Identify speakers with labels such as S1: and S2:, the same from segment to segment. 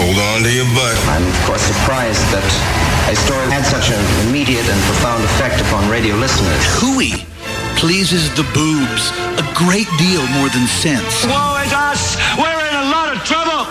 S1: Hold on to your butt.
S2: I'm of course surprised that a story had such an immediate and profound effect upon radio listeners.
S3: Hooey pleases the boobs a great deal more than sense.
S4: Woe is us! We're in a lot of trouble!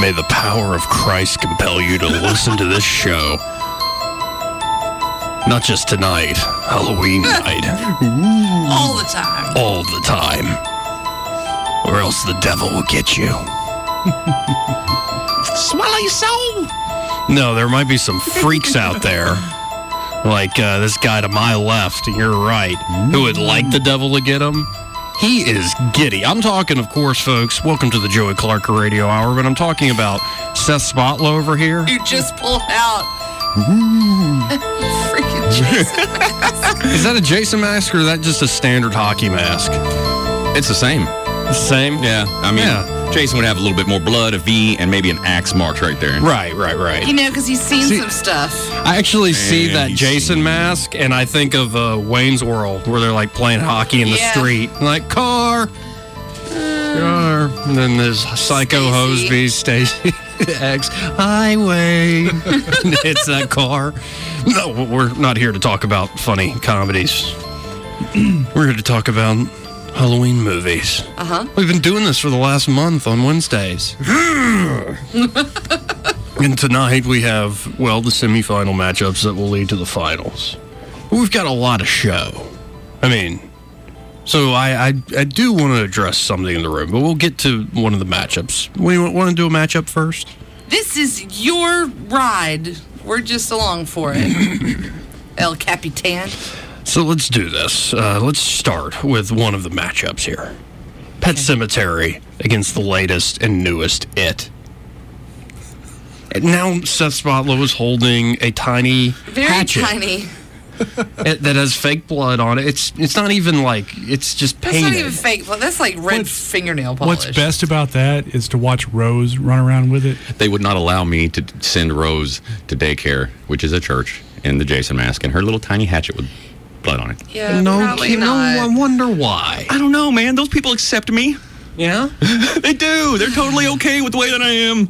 S5: May the power of Christ compel you to listen to this show. Not just tonight, Halloween night.
S6: Ooh. All the time.
S5: All the time. Or else the devil will get you.
S6: Swallow your soul.
S5: No, there might be some freaks out there. Like uh, this guy to my left, your right, who would like the devil to get him. He is giddy. I'm talking, of course, folks. Welcome to the Joey Clark Radio Hour, but I'm talking about Seth Spotlow over here.
S6: You just pulled out. Freaking Jason mask.
S5: is that a Jason mask or is that just a standard hockey mask?
S7: It's the same.
S5: The same?
S7: Yeah. I mean, yeah. Jason would have a little bit more blood, a V, and maybe an axe marked right there.
S5: Right, right, right.
S6: You know, because he's seen see, some stuff.
S5: I actually see and that Jason seen. mask, and I think of uh, Wayne's World, where they're like playing hockey in yeah. the street, like car, car, and then there's Psycho Hosby, Stacy X Highway. it's that car. No, we're not here to talk about funny comedies. we're here to talk about Halloween movies.
S6: Uh huh.
S5: We've been doing this for the last month on Wednesdays. and tonight we have, well, the semifinal matchups that will lead to the finals. We've got a lot of show. I mean, so I, I, I do want to address something in the room, but we'll get to one of the matchups. We want to do a matchup first?
S6: This is your ride. We're just along for it. El Capitan.
S5: So let's do this. Uh, let's start with one of the matchups here Pet okay. Cemetery against the latest and newest It. And now Seth Spotlow is holding a tiny
S6: Very
S5: hatchet
S6: tiny.
S5: It, that has fake blood on it. It's it's not even like it's just painted.
S6: That's not even fake blood. That's like red what's, fingernail polish.
S8: What's best about that is to watch Rose run around with it.
S7: They would not allow me to send Rose to daycare, which is a church, in the Jason mask and her little tiny hatchet would blood on it.
S6: Yeah, no,
S5: kid, no, I wonder why.
S7: I don't know, man. Those people accept me.
S5: Yeah,
S7: they do. They're totally okay with the way that I am.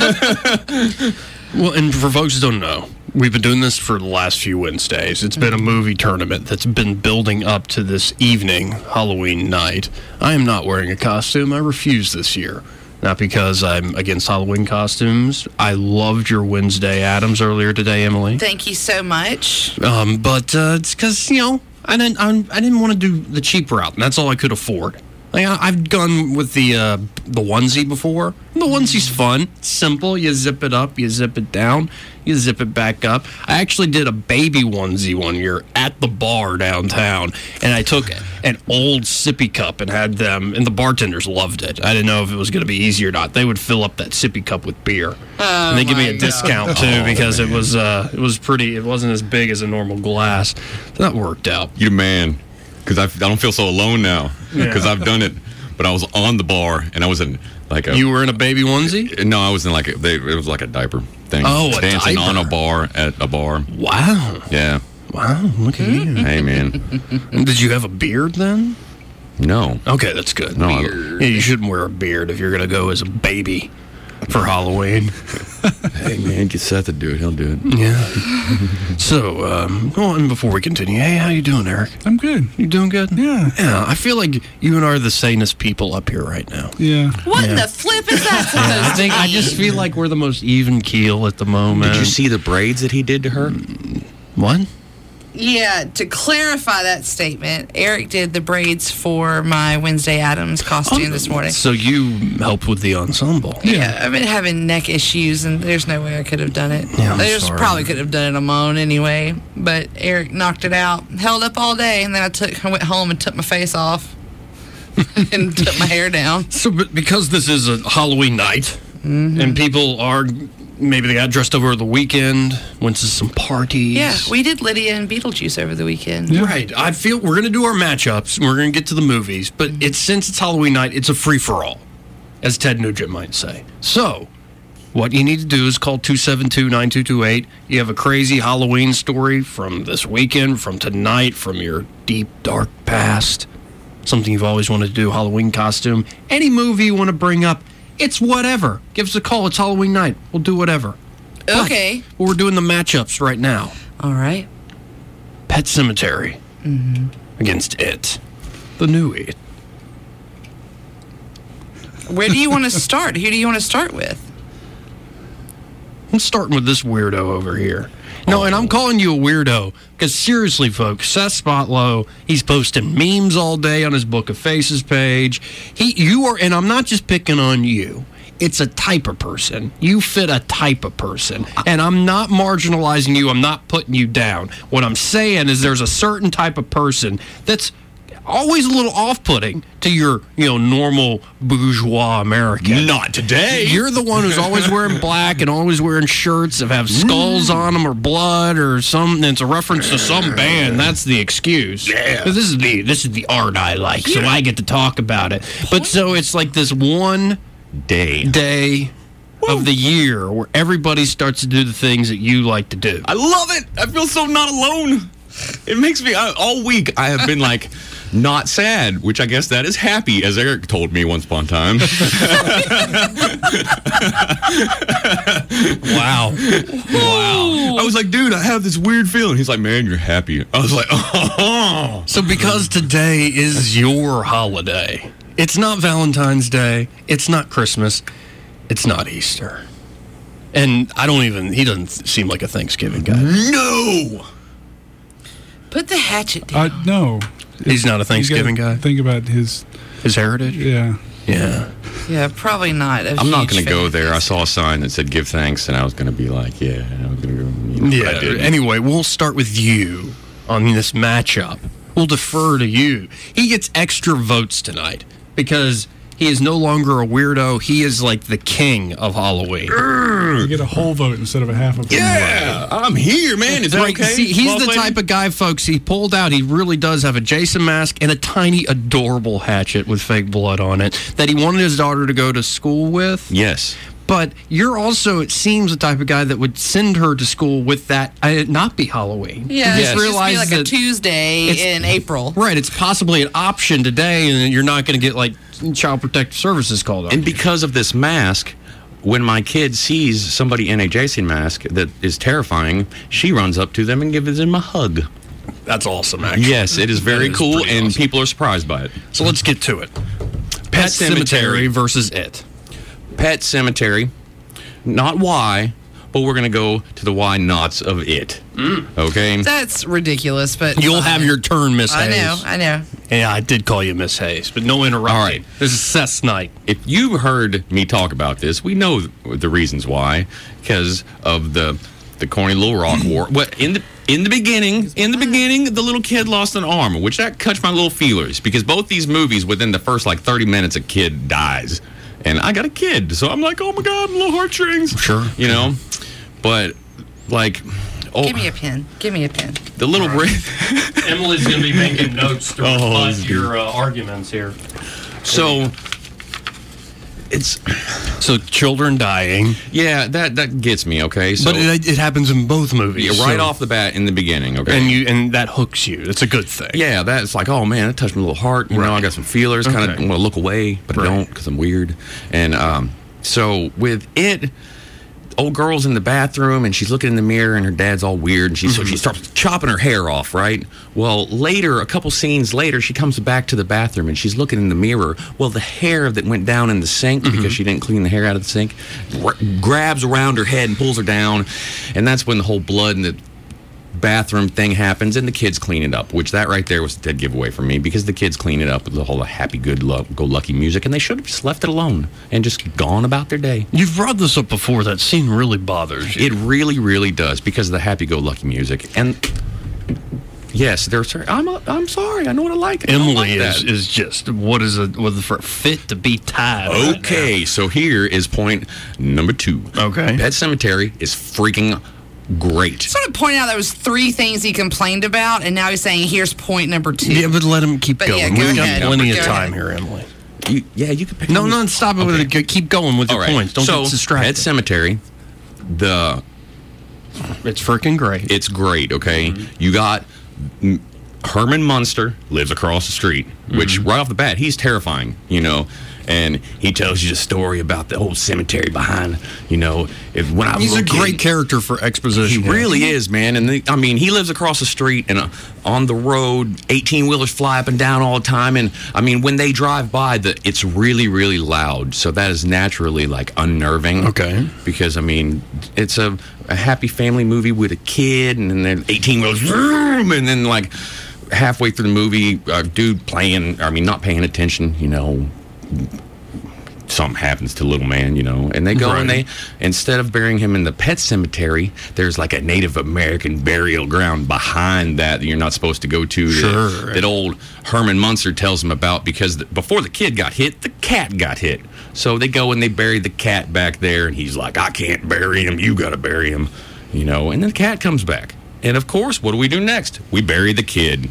S5: Right. well, and for folks who don't know, we've been doing this for the last few Wednesdays. It's been a movie tournament that's been building up to this evening, Halloween night. I am not wearing a costume. I refuse this year. Not because I'm against Halloween costumes. I loved your Wednesday Adams earlier today, Emily.
S6: Thank you so much.
S5: Um, but uh, it's because you know I didn't I, I didn't want to do the cheap route. And that's all I could afford. Like, I, have gone with the uh, the onesie before. The onesie's fun, it's simple. You zip it up, you zip it down, you zip it back up. I actually did a baby onesie one year at the bar downtown, and I took an old sippy cup and had them, and the bartenders loved it. I didn't know if it was going to be easy or not. They would fill up that sippy cup with beer,
S6: oh
S5: and they give me a
S6: God.
S5: discount too oh, because man. it was uh, it was pretty. It wasn't as big as a normal glass. That worked out.
S7: You man because I, I, don't feel so alone now because yeah. I've done it. But I was on the bar and I was in like a.
S5: You were in a baby onesie.
S7: No, I was in like a, they, it was like a diaper thing.
S5: Oh, a
S7: dancing
S5: diaper.
S7: on a bar at a bar.
S5: Wow.
S7: Yeah.
S5: Wow. Look at you.
S7: hey man.
S5: Did you have a beard then?
S7: No.
S5: Okay, that's good.
S7: No,
S5: I, yeah, you shouldn't wear a beard if you're gonna go as a baby for Halloween.
S7: hey man, get Seth to do it. He'll do it.
S5: Yeah. so, um, well, and before we continue, hey, how you doing, Eric?
S8: I'm good.
S5: You doing good?
S8: Yeah.
S5: Yeah. I feel like you and I are the sanest people up here right now.
S8: Yeah.
S6: What
S8: yeah.
S6: the flip is that supposed
S5: I think I just feel like we're the most even keel at the moment. Mm,
S7: Did you see the braids that he did to her?
S5: What?
S6: Yeah, to clarify that statement, Eric did the braids for my Wednesday Adams costume oh, this morning.
S5: So you helped with the ensemble.
S6: Yeah, yeah, I've been having neck issues, and there's no way I could have done it.
S5: Yeah, I'm
S6: there's
S5: sorry.
S6: probably could have done it on my own anyway, but Eric knocked it out, held up all day, and then I took I went home and took my face off. and put my hair down.
S5: So, but because this is a Halloween night,
S6: Mm-hmm.
S5: and people are maybe they got dressed over the weekend, went to some parties.
S6: Yeah, we did Lydia and Beetlejuice over the weekend.
S5: Right. I feel we're going to do our matchups. We're going to get to the movies, but it's since it's Halloween night, it's a free for all, as Ted Nugent might say. So, what you need to do is call 272 9228. You have a crazy Halloween story from this weekend, from tonight, from your deep, dark past, something you've always wanted to do, Halloween costume, any movie you want to bring up. It's whatever. Give us a call. It's Halloween night. We'll do whatever. But-
S6: Okay.
S5: But we're doing the matchups right now.
S6: All right.
S5: Pet Cemetery against it. The new it.
S6: Where do you want to start? Who do you want to start with?
S5: I'm starting with this weirdo over here. No, and I'm calling you a weirdo because seriously, folks, Seth Spotlow, he's posting memes all day on his Book of Faces page. He, you are, and I'm not just picking on you. It's a type of person. You fit a type of person. And I'm not marginalizing you. I'm not putting you down. What I'm saying is there's a certain type of person that's always a little off-putting to your, you know, normal bourgeois American.
S9: Not today.
S5: You're the one who's always wearing black and always wearing shirts that have skulls on them or blood or something. It's a reference to some band. That's the excuse. Yeah. This is the this is the art I like, so I get to talk about it. But so it's like this one
S7: day
S5: day of the year where everybody starts to do the things that you like to do.
S7: I love it. I feel so not alone. It makes me I, all week. I have been like not sad, which I guess that is happy, as Eric told me once upon a time.
S5: wow,
S7: wow! I was like, dude, I have this weird feeling. He's like, man, you're happy. I was like, oh.
S5: So because today is your holiday, it's not Valentine's Day, it's not Christmas, it's not Easter. And I don't even, he doesn't seem like a Thanksgiving guy. No!
S6: Put the hatchet down.
S10: Uh, no.
S5: He's not a Thanksgiving
S10: guy. Think about his
S5: his heritage.
S10: Yeah.
S5: Yeah.
S6: yeah, probably not. i
S7: I'm not going to go there. I saw a sign that said "Give thanks," and I was going to be like, "Yeah, I'm going to go." you know, but I
S5: Yeah.
S7: didn't.
S5: Anyway, we'll start with you on this matchup. We'll defer to you. He gets extra votes tonight because he is no longer a weirdo. He is like the king of Halloween.
S10: You get a whole vote instead of a half a vote.
S7: Yeah, I'm here, man. Is that
S5: Right,
S7: okay?
S5: see, he's
S7: boss
S5: the
S7: lady?
S5: type of guy, folks. He pulled out. He really does have a Jason mask and a tiny, adorable hatchet with fake blood on it that he wanted his daughter to go to school with.
S7: Yes.
S5: But you're also, it seems, the type of guy that would send her to school with that. Uh, it not be Halloween.
S6: Yeah,
S5: You
S6: it's just be
S5: realize
S6: like a
S5: that-
S6: Tuesday
S5: it's-
S6: in April.
S5: Right, it's possibly an option today, and you're not going to get like child protective services called on.
S7: And because of this mask, when my kid sees somebody in a Jason mask that is terrifying, she runs up to them and gives them a hug.
S5: That's awesome,
S7: Yes, it is very
S5: That is
S7: cool,
S5: pretty
S7: and
S5: awesome.
S7: people are surprised by it.
S5: So let's get to it. Pet, Cemetery versus it.
S7: Pet Cemetery. Not why, but we're going to go to the why nots of it.
S5: Mm.
S7: Okay?
S6: That's ridiculous, but
S5: You'll have your turn, Miss
S6: I
S5: Hayes.
S6: know, I know.
S5: Yeah, I did call you Miss Hayes, but no interrupting.
S7: All right.
S5: This is Seth's night.
S7: if you've heard me talk about this, we know the reasons why, because of the the corny Little Rock War. What in the in the beginning, in the beginning, the little kid lost an arm, which that cuts my little feelers because both these movies, within the first like thirty minutes, a kid dies, and I got a kid, so I'm like, oh my god, little heartstrings,
S5: Sure.
S7: you know, but like, oh,
S6: Give me a pin. Give me a pin.
S7: the little red.
S5: Emily's going to be making notes to
S7: Oh, this is good.
S5: uh, arguments here.
S7: so it's
S5: So children dying,
S7: yeah, that that gets me okay. So
S5: but it, it happens in both
S7: Yeah,
S5: movies.
S7: right
S5: so-
S7: off the bat in the beginning, okay?
S5: and you and that hooks you. That's a good thing.
S7: yeah, that's like, oh man, that touched my little heart. You know, I got some feelers. Kind of
S5: Okay.
S7: want to look away, but
S5: Right.
S7: I don't because I'm weird. And um, so with it, old girl's in the bathroom and she's looking in the mirror and her dad's all weird and she so she
S5: Mm-hmm.
S7: starts chopping her hair off, right? Well, later, a couple scenes later, she comes back to the bathroom and she's looking in the mirror. Well, the hair that went down in the sink
S5: Mm-hmm.
S7: because she didn't clean the hair out of the sink r- grabs around her head and pulls her down, and that's when the whole blood and the bathroom thing happens and the kids clean it up which that right there was a dead giveaway for me because the kids clean it up with the whole happy good love go lucky music and they should have just left it alone and just gone about their day
S5: You've brought this up before. That scene really bothers you.
S7: it really really does because of the happy go lucky music and Yes, they're sorry. I'm a, I'm sorry. I know what I like. I don't
S5: Emily
S7: like
S5: is,
S7: that.
S5: is just what is a what is for fit to be tied. right now.
S7: Okay, so here is point number two. Okay. Pet Cemetery is freaking great.
S6: Just want to point out there was three things he complained about, and now he's saying here's point number two.
S5: Yeah, but let him keep
S6: But
S5: going.
S6: yeah, go
S5: We've
S6: ahead.
S5: got plenty
S6: Go
S5: of time
S6: ahead.
S5: here, Emily.
S7: You, yeah, you could pick.
S5: No,
S7: on
S5: no,
S7: this-
S5: stop it. with it. Keep going with your
S7: All right.
S5: points. Don't
S7: so,
S5: get distracted.
S7: Pet Cemetery, the
S5: It's freaking great.
S7: it's great. Okay,
S5: Mm-hmm.
S7: you got mm, Herman Munster lives across the street, which
S5: Mm-hmm.
S7: right off the bat he's terrifying. You know. And he tells you the story about the old cemetery behind, you know, if when I was
S5: He's a
S7: little kid-
S5: great character for exposition.
S7: He really is, man. And the, I mean, he lives across the street and uh, on the road, eighteen wheelers fly up and down all the time. And I mean, when they drive by, the it's really, really loud. So that is naturally like unnerving.
S5: Okay.
S7: Because I mean, it's a, a happy family movie with a kid, and then there's eighteen wheelers, vroom, and then like halfway through the movie, a dude playing. I mean, not paying attention. You know, something happens to little man, you know. And they go and they instead of burying him in the pet cemetery, there's like a Native American burial ground behind that that you're not supposed to go to.
S5: Sure.
S7: That, that old Herman Munster tells him about because th before the kid got hit, the cat got hit. So they go and they bury the cat back there, and he's like, "I can't bury him. You got to bury him," you know. And then the cat comes back, and of course, what do we do next? We bury the kid.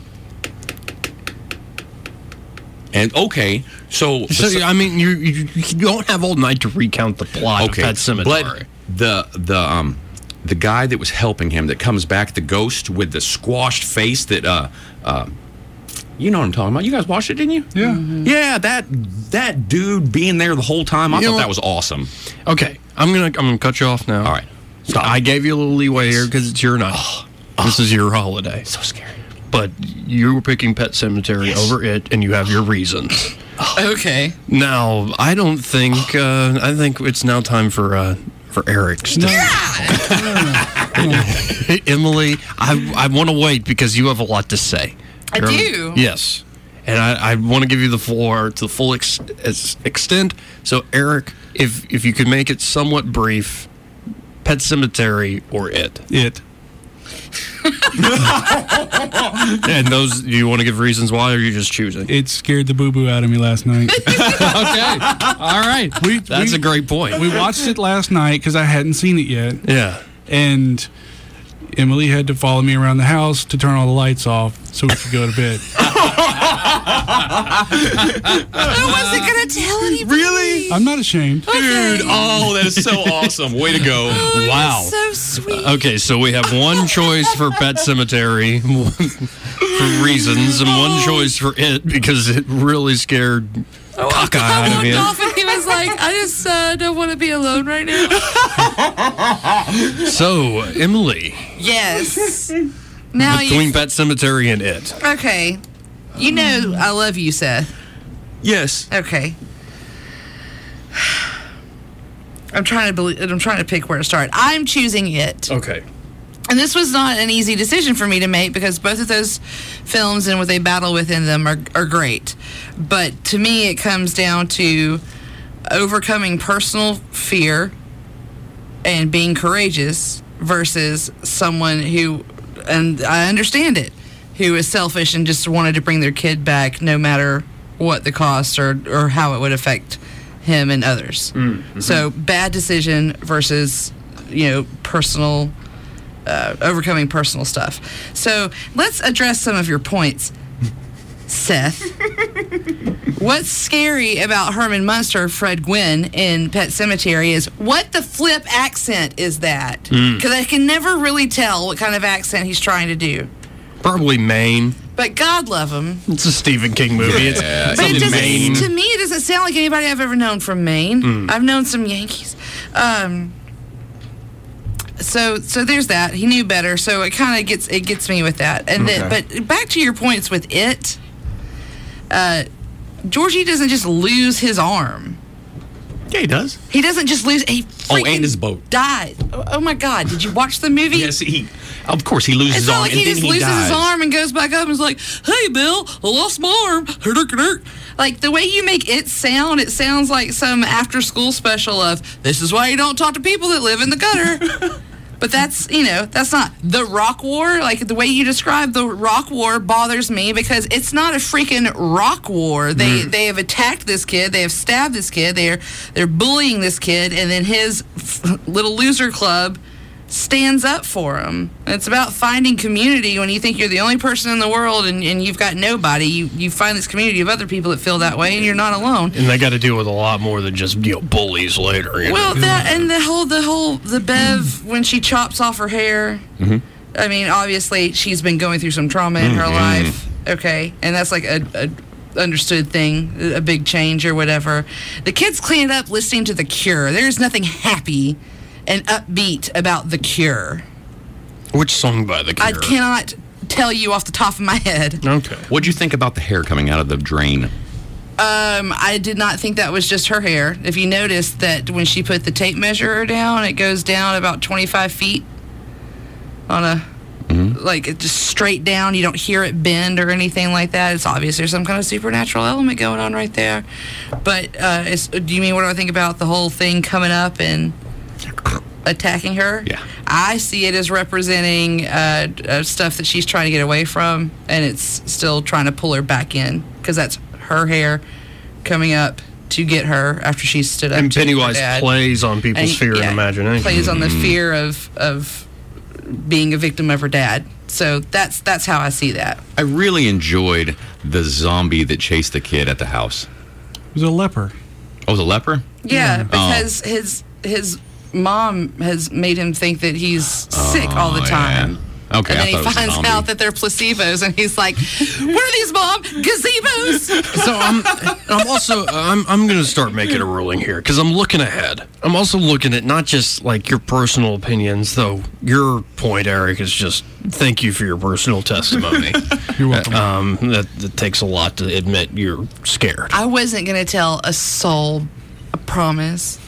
S7: And okay, so
S5: So I mean, you, you you don't have all night to recount the plot of Pet Cemetery.
S7: But the the um the guy that was helping him that comes back, the ghost with the squashed face that uh uh you know what I'm talking about. You guys watched it, didn't you? Mm-hmm.
S11: Yeah.
S7: Yeah, that that dude being there the whole time, I
S5: You know
S7: thought that
S5: what?
S7: was awesome.
S5: okay, I'm gonna I'm gonna cut you off now.
S7: All right. Stop. Oh.
S5: I gave you a little leeway here because it's your night. this is your holiday.
S7: so scary.
S5: But you were picking Pet Cemetery over it, and you have your reasons.
S6: okay.
S5: Now, I don't think. Uh, I think it's now time for uh, for Eric's. to- Emily, I I want to wait because you have a lot to say.
S6: I do.
S5: Yes, and I, I want to give you the floor to the full ex- ex- extent. So, Eric, if if you could make it somewhat brief, Pet Cemetery or it,
S11: It.
S5: and those. Do you want to give reasons why, or you are just choosing?
S11: It scared the boo boo out of me last night.
S5: okay, all right.
S11: We-
S5: That's
S11: we-
S5: a great point.
S11: we watched it last night because I hadn't seen it yet.
S5: yeah.
S11: and Emily had to follow me around the house to turn all the lights off so we could go to bed.
S6: I wasn't gonna tell anybody.
S7: Really?
S11: I'm not ashamed. Oh,
S7: Dude, oh, that is so awesome. Way to go.
S5: Wow.
S6: So sweet.
S5: Okay, so we have one choice for Pet Cemetery one- for reasons, and
S11: Oh.
S5: one choice for it because it really scared Cockeye
S6: I
S5: out of
S6: walked
S5: you.
S6: off and he was like, I just uh, don't want to be alone right now.
S5: So, Emily,
S6: Yes. Now
S5: between
S6: you.
S5: Pet Cemetery and it,
S6: Okay. You know I love you, Seth.
S7: Yes.
S6: Okay. I'm trying to believe. I'm trying to pick where to start. I'm choosing it.
S5: okay,
S6: And this was not an easy decision for me to make because both of those films and what they battle within them are, are great. But to me, it comes down to overcoming personal fear and being courageous versus someone who, and I understand it, who is selfish and just wanted to bring their kid back no matter what the cost or, or how it would affect him and others. So, bad decision versus, you know, personal overcoming personal stuff. So let's address some of your points, Seth. What's scary about Herman Munster, Fred Gwynn in Pet Cemetery is what the flip accent is that? Because I can never really tell what kind of accent he's trying to do.
S5: probably Maine.
S6: But God love him.
S5: It's a Stephen King movie.
S7: Yeah,
S5: It's
S6: But it
S5: something
S6: doesn't,
S5: Maine.
S6: to me, it doesn't sound like anybody I've ever known from Maine.
S7: Hmm.
S6: I've known some Yankees. Um, so, so there's that. He knew better, so it kind of gets it gets me with that. And then, but back to your points with it. Uh, Georgie doesn't just lose his arm.
S7: Yeah, he does.
S6: He doesn't just lose. He
S7: Oh, and
S6: freaking
S7: his boat.
S6: dies. Oh, oh my God! Did you watch the movie?
S7: Yes, he. Of course, he loses
S6: It's
S7: his
S6: not
S7: arm
S6: like
S7: and
S6: he
S7: then
S6: just
S7: he
S6: loses
S7: dies.
S6: his arm and goes back up and is like, "Hey, Bill, I lost my arm." Herk, herk. Like the way you make it sound, it sounds like some after-school special of "This is why you don't talk to people that live in the gutter." But that's you know that's not the rock war. Like the way you describe the rock war bothers me because it's not a freaking rock war. They
S12: Mm.
S6: they have attacked this kid. They have stabbed this kid. They're they're bullying this kid, and then his f- little loser club stands up for him. It's about finding community when you think you're the only person in the world and, and you've got nobody. You you find this community of other people that feel that way, and you're not alone.
S5: And they got to deal with a lot more than just you know bullies later. You
S6: Well,
S5: know?
S6: that and the whole the whole the Bev when she chops off her hair.
S5: Mhm.
S6: I mean, obviously she's been going through some trauma in her
S5: Mhm.
S6: life. Okay, and that's like a. a understood thing a big change or whatever the kids clean it up listening to the cure there's nothing happy and upbeat about the cure
S5: Which song by the
S6: i cannot tell you off the top of my head
S5: Okay.
S7: What'd you think about the hair coming out of the drain?
S6: Um, I did not think that was just her hair. If you notice that when she put the tape measure down, it goes down about 25 feet on a like it just straight down. You don't hear it bend or anything like that. It's obvious there's some kind of supernatural element going on right there. But uh, it's, do you mean what do I think about the whole thing coming up and attacking her? Yeah, I see it as representing uh, uh, stuff that she's trying to get away from, and it's still trying to pull her back in because that's her hair coming up to get her after she stood up.
S5: and
S6: to her
S5: Pennywise
S6: dad.
S5: plays on people's
S6: And-
S5: fear
S6: yeah,
S5: and imagination. Mm-hmm.
S6: Plays on the fear of of being a victim of her dad. So that's that's how I see that.
S7: I really enjoyed the zombie that chased the kid at the house.
S13: It was a leper.
S7: Oh, it was a leper?
S6: Yeah,
S7: Oh.
S6: because his his mom has made him think that he's sick all the
S7: Oh,
S6: time.
S7: yeah. Okay,
S6: and then
S7: I
S6: he
S7: thought it was a
S6: finds
S7: zombie.
S6: out that they're placebos, and he's like, "What are these, mom? Gazebos?"
S5: so I'm I'm also I'm I'm going to start making a ruling here because I'm looking ahead. I'm also looking at not just like your personal opinions, though. Your point, Eric, is just thank you for your personal testimony.
S13: You're welcome.
S5: Um, that, that takes a lot to admit you're scared.
S6: I wasn't gonna tell a soul. I promise.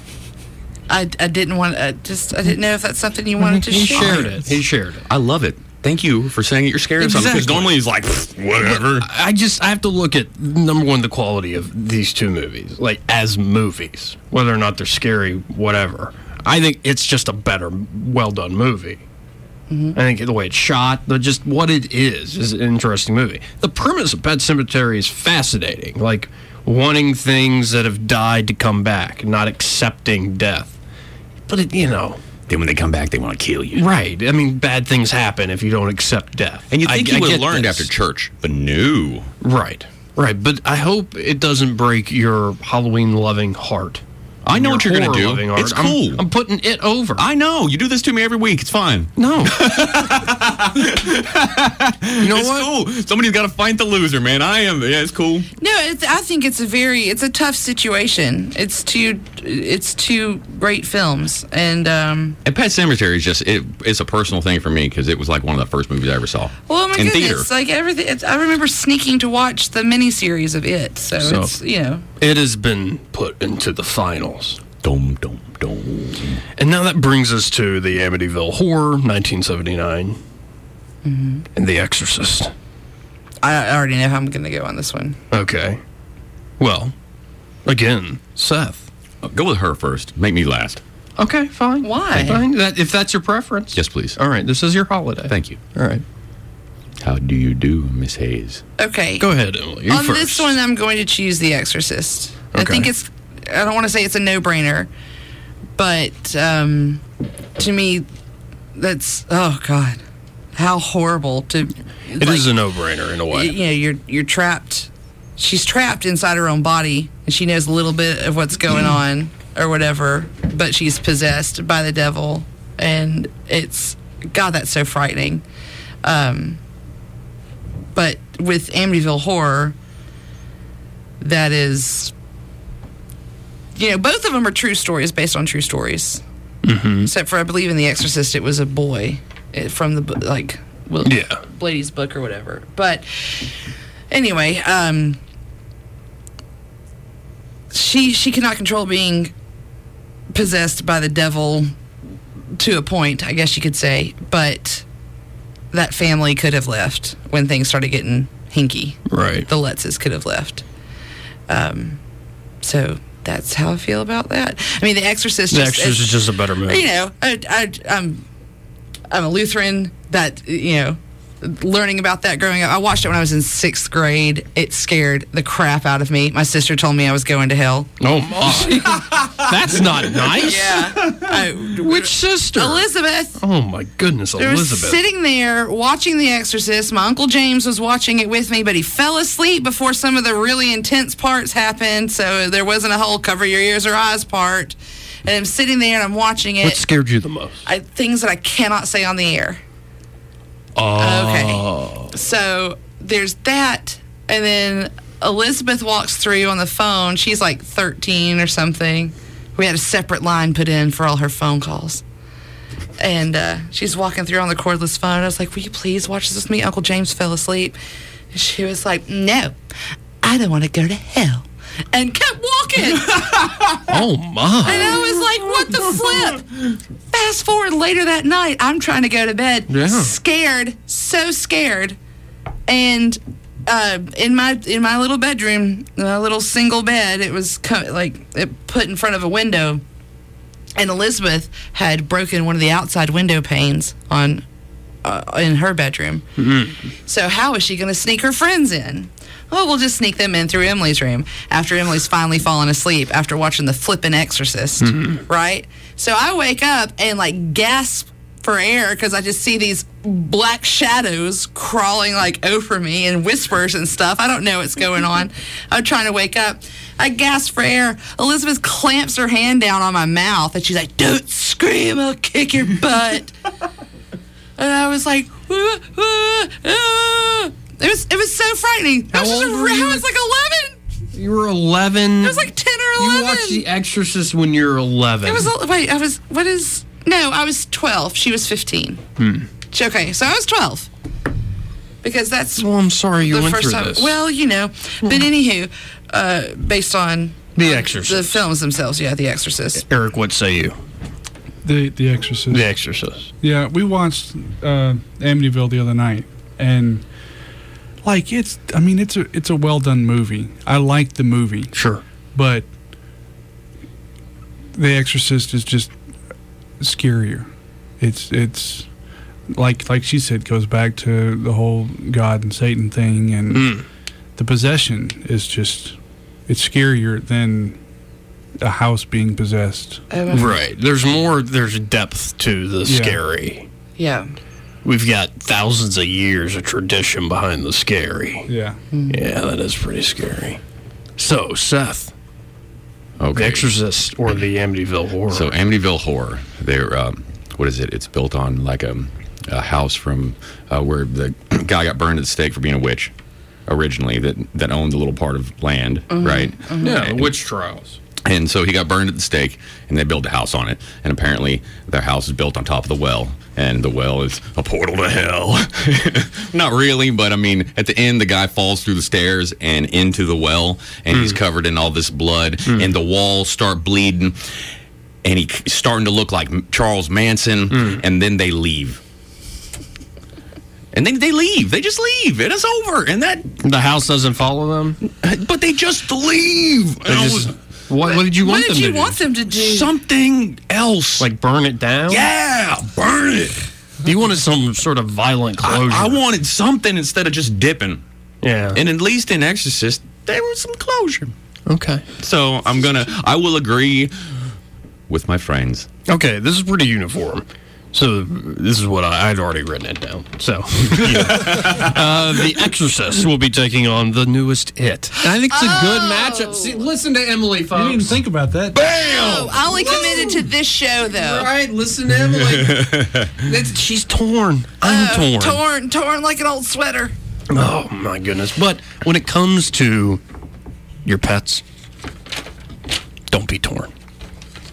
S6: I, I didn't want. I just I didn't know if that's something you wanted to share.
S5: He shared it.
S7: I love it. Thank you for saying that you're scared of something. Because
S5: Exactly.
S7: normally he's like, "Pfft, whatever.
S5: I just I have to look at number one the quality of these two movies, like as movies, whether or not they're scary, whatever. I think it's just a better, well done movie. I think the way it's shot, the just what it is, is an interesting movie. The premise of Pet Cemetery is fascinating, like wanting things that have died to come back, not accepting death. But it, you know,
S7: Then when they come back, they want to kill you.
S5: right? I mean, bad things happen if you don't accept death.
S7: And you
S5: I-
S7: think
S5: I
S7: he would
S5: get
S7: have learned
S5: this.
S7: after church, but no.
S5: Right. Right. But I hope it doesn't break your Halloween loving heart.
S7: I know
S5: Your
S7: what you're going to do.
S5: horror-loving
S7: It's
S5: heart. I'm-
S7: cool.
S5: I'm, putting it over.
S7: I know. You do this to me every week. It's fine.
S5: No.
S7: You know it's what? cool. Somebody's got to fight the loser, man. I am. Yeah, it's cool.
S6: No, it's, I think it's a very it's a tough situation. It's two it's two great films, and um,
S7: And Pet Cemetery is just, it, it's a personal thing for me because it was like one of the first movies I ever saw.
S6: well, Oh my
S7: in
S6: goodness,
S7: theater.
S6: like everything. It's, I remember sneaking to watch the miniseries of it, so,
S5: So-
S6: it's you know
S5: It has been put into the finals.
S7: Dum, dum, dum.
S5: And now that brings us to the Amityville Horror, 1979, and The Exorcist.
S6: I I already know how I'm going to go on this one.
S5: Okay. Well, again, Seth.
S7: Go with her first. Make me last.
S5: Okay, fine.
S6: Why?
S5: Fine. That, if that's your preference.
S7: Yes, please.
S5: All right. This is your holiday.
S7: Thank you.
S5: All right.
S7: How do you do, Miss Hayes?
S6: Okay,
S5: Go ahead, Emily. You
S6: on
S5: first.
S6: this one, I'm going to choose The Exorcist. I
S5: Okay.
S6: think it's. I don't want to say it's a no-brainer, but um, to me, that's oh god, how horrible to.
S5: It is a no brainer in a way.
S6: y- you know you're you're trapped she's trapped inside her own body and she knows a little bit of what's going
S5: Hmm.
S6: on or whatever but she's possessed by the devil and it's god that's so frightening um but with Amityville horror that is you know both of them are true stories based on true stories
S5: Mm-hmm.
S6: except for I believe in The Exorcist it was a boy it, from the bu- like Will,
S5: Yeah.
S6: Blady's book or whatever. But anyway, um, she she cannot control being possessed by the devil to a point, I guess you could say. But that family could have left when things started getting hinky.
S5: Right.
S6: The Lutzes could have left. Um, so that's how I feel about that. I mean, The Exorcist.
S5: The
S6: just-
S5: Exorcist is just a better movie.
S6: You know, I, I, I'm I'm a Lutheran. That you know, learning about that growing up. I watched it when I was in sixth grade. It scared the crap out of me. My sister told me I was going to hell.
S3: Oh my! That's not nice.
S6: Yeah.
S3: Which sister?
S6: Elizabeth.
S3: Oh my goodness,
S6: They were
S3: Elizabeth.
S6: sitting there watching The Exorcist. My uncle James was watching it with me, but he fell asleep before some of the really intense parts happened. So there wasn't a whole cover your ears or eyes part. And I'm sitting there and I'm watching it.
S3: what scared you the most?
S6: I, things that I cannot say on the air.
S3: Oh. Okay.
S6: So there's that, and then Elizabeth walks through on the phone. She's like 13 or something. We had a separate line put in for all her phone calls. And uh, she's walking through on the cordless phone. I was like, Will you please watch this with me? Uncle James fell asleep. And she was like, No, I don't want to go to hell. And kept walking.
S3: Oh my.
S6: And I was like, what the flip? Fast forward later that night, I'm trying to go to bed.
S3: Yeah.
S6: Scared, so scared. And uh, in my in my little bedroom, my little single bed, it was co- like it put in front of a window. And Elizabeth had broken one of the outside window panes on uh, in her bedroom. So how is she going to sneak her friends in? Oh, we'll just sneak them in through Emily's room after Emily's finally fallen asleep after watching the flippin' Exorcist, right? So I wake up and like gasp for air because I just see these black shadows crawling like over me and whispers and stuff. I don't know what's going on. I'm trying to wake up. I gasp for air. Elizabeth clamps her hand down on my mouth and she's like, "Don't scream! I'll kick your butt." and I was like, "Ah, ah, ah." it was it was so frightening. I was just
S3: old were you?
S6: around. I was like eleven.
S3: You were 11.
S6: It was like ten or
S3: You
S6: eleven.
S3: watched The Exorcist when you were 11.
S6: it was a- wait. I was what is no? I was twelve. She was fifteen.
S3: Hmm.
S6: She- Okay, so I was twelve because that's
S3: Well, Oh, I'm sorry you
S6: the
S3: went
S6: first
S3: through
S6: time.
S3: this. Hmm.
S6: Well, you know, but anywho, uh, based on
S3: The
S6: the
S3: Exorcist.
S6: films themselves, yeah, The Exorcist.
S3: Eric, what say you?
S5: The The Exorcist.
S3: The Exorcist.
S5: Yeah, we watched uh, Amityville the other night, and like it's, I mean, it's a it's a well done movie. I like the movie,
S3: Sure.
S5: but The Exorcist is just scarier. It's it's like like she said, goes back to the whole God and Satan thing, and
S3: Hmm.
S5: the possession is just it's scarier than a house being possessed.
S3: Right. There's more, there's depth to the
S5: Yeah.
S3: scary.
S6: Yeah.
S3: We've got thousands of years of tradition behind the scary.
S5: Yeah.
S3: Yeah, that is pretty scary. So, Oh, Seth, The
S7: Okay.
S3: Exorcist or the Amityville Horror?
S7: So Amityville Horror. They're um, what is it? It's built on like a, a house from uh, where the guy got burned at the stake for being a witch originally that that owned a little part of land, right?
S3: yeah, the witch trials.
S7: And so he got burned at the stake, and they built a house on it. And apparently, their house is built on top of the well, and the well is a portal to hell. Not really, but I mean, at the end, the guy falls through the stairs and into the well, and he's covered in all this blood, and the walls start bleeding, and he's starting to look like Charles Manson, and then they leave. And then they leave. They just leave. It is over. And that,
S3: The house doesn't follow them.
S7: but they just leave. And I was-
S3: what, what did you want them
S6: What did
S3: to
S6: you
S3: do?
S6: want them to do?
S7: something else.
S3: Like burn it down?
S7: Yeah, burn it.
S3: You wanted some sort of violent closure.
S7: I, I wanted something instead of just dipping.
S3: Yeah.
S7: And at least in Exorcist, there was some closure.
S3: okay.
S7: So I'm gonna, I will agree with my friends.
S3: Okay, this is pretty uniform. So this is what I, I'd already written it down. So yeah. uh, the Exorcist will be taking on the newest hit. And I think it's a
S1: Oh.
S3: good matchup. See, listen to Emily, folks.
S5: I didn't think about that.
S6: Oh, I only committed to this show though.
S3: All right, listen to Emily. That's- she's torn. I'm torn.
S6: Torn, torn like an old sweater.
S3: Oh my goodness! But when it comes to your pets, don't be torn.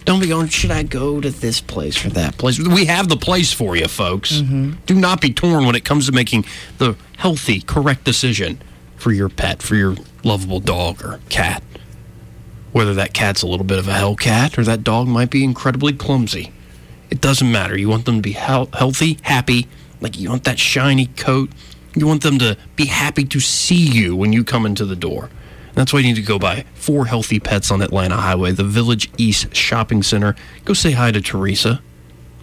S3: Don't be going. Should I go to this place or that place? We have the place for you, folks. Do not be torn when it comes to making the healthy, correct decision for your pet, for your lovable dog or cat. Whether that cat's a little bit of a hell cat or that dog might be incredibly clumsy. It doesn't matter. You want them to be hel- healthy, happy. Like you want that shiny coat. You want them to be happy to see you when you come into the door. And that's why you need to go by Four Healthy Pets on Atlanta Highway, the Village East Shopping Center. Go say hi to Teresa.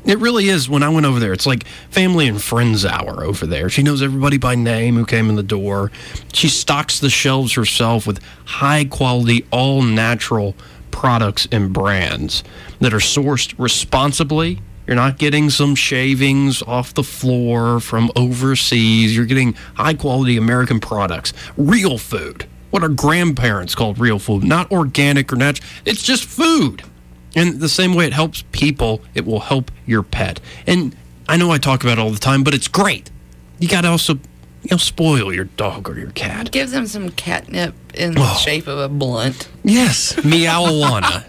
S3: It really is. When I went over there, it's like family and friends hour over there. She knows everybody by name who came in the door. She stocks the shelves herself with high quality, all natural products and brands that are sourced responsibly. You're not getting some shavings off the floor from overseas. You're getting high quality American products, real food. What our grandparents called real food, not organic or natural. It's just food. And the same way it helps people, it will help your pet. And I know I talk about it all the time, but it's great. You got to also, you know, spoil your dog or your cat.
S6: Give them some catnip in
S3: Oh.
S6: the shape of a blunt.
S3: Yes, meowawana.